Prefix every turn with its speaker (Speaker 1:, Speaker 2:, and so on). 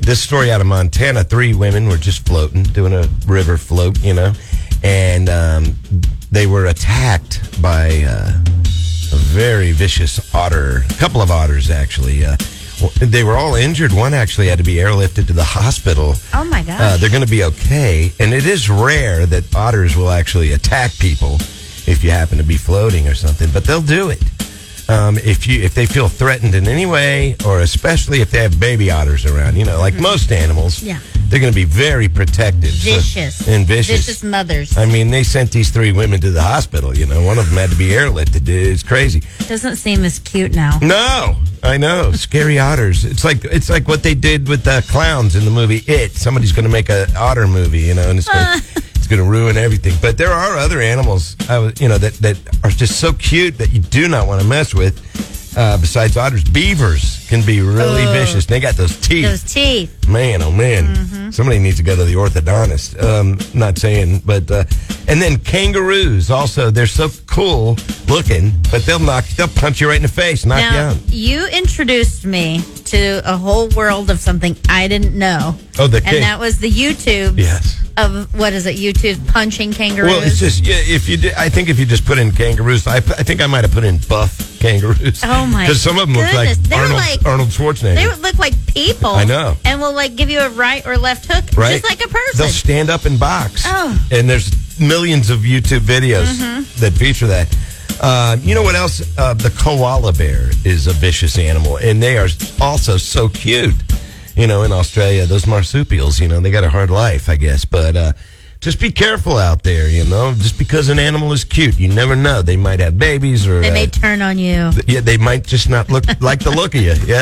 Speaker 1: this story out of Montana. Three women were just floating, doing a river float, you know, and um, they were attacked by uh, a very vicious otter. A couple of otters, actually. Uh, w- they were all injured. One actually had to be airlifted to the hospital.
Speaker 2: Oh, my gosh.
Speaker 1: Uh, they're going to be okay. And it is rare that otters will actually attack people if you happen to be floating or something, but they'll do it. Um, if you if they feel threatened in any way, or especially if they have baby otters around, you know, like most animals,
Speaker 2: Mm-hmm. Yeah.
Speaker 1: they're going to be very protective, so-
Speaker 2: Vicious.
Speaker 1: and vicious.
Speaker 2: Vicious mothers.
Speaker 1: I mean, they sent these three women to the hospital. You know, one of them had to be airlifted. It's crazy.
Speaker 2: Doesn't seem as cute now.
Speaker 1: Mm. No, I know. Scary otters. It's like it's like what they did with the clowns in the movie It. Somebody's going to make an otter movie, you know, and it's going to it's going to ruin everything. But there are other animals, I was- you know, that that are just so cute that you do not want to mess with. Uh, besides otters, beavers can be really vicious. They got those teeth.
Speaker 2: Those Mm-hmm. teeth.
Speaker 1: Man, oh man, somebody needs to go to the orthodontist. Um, not saying, but uh, and then kangaroos also. They're so cool looking, but they'll knock, they'll punch you right in the face, knock you
Speaker 2: Now,
Speaker 1: out.
Speaker 2: you introduced me to a whole world of something I didn't know.
Speaker 1: Oh, the king.
Speaker 2: And that was the YouTube
Speaker 1: Yes.
Speaker 2: of what is it? YouTube punching kangaroos.
Speaker 1: Well, it's just yeah, if you. Did, I think if you just put in kangaroos, I, I think I might have put in buff kangaroos.
Speaker 2: Oh, my
Speaker 1: Because some of them look like
Speaker 2: goodness. They were
Speaker 1: Arnold,
Speaker 2: like-
Speaker 1: Arnold Schwarzenegger.
Speaker 2: they would look like people.
Speaker 1: I know.
Speaker 2: And will like give you a right or left hook,
Speaker 1: right?
Speaker 2: just like a
Speaker 1: They'll
Speaker 2: person.
Speaker 1: stand up and box.
Speaker 2: Oh. Mm-hmm.
Speaker 1: And there's millions of YouTube videos that feature that. Uh, you know what else? Uh, the koala bear is a vicious animal, and they are also so cute. You know, in Australia, those marsupials, you know, they got a hard life, I guess. But uh, just be careful out there, you know. Just because an animal is cute, you never know. They might have babies or.
Speaker 2: they
Speaker 1: uh,
Speaker 2: may turn on you.
Speaker 1: yeah, they might just not look like the look of you. Yeah.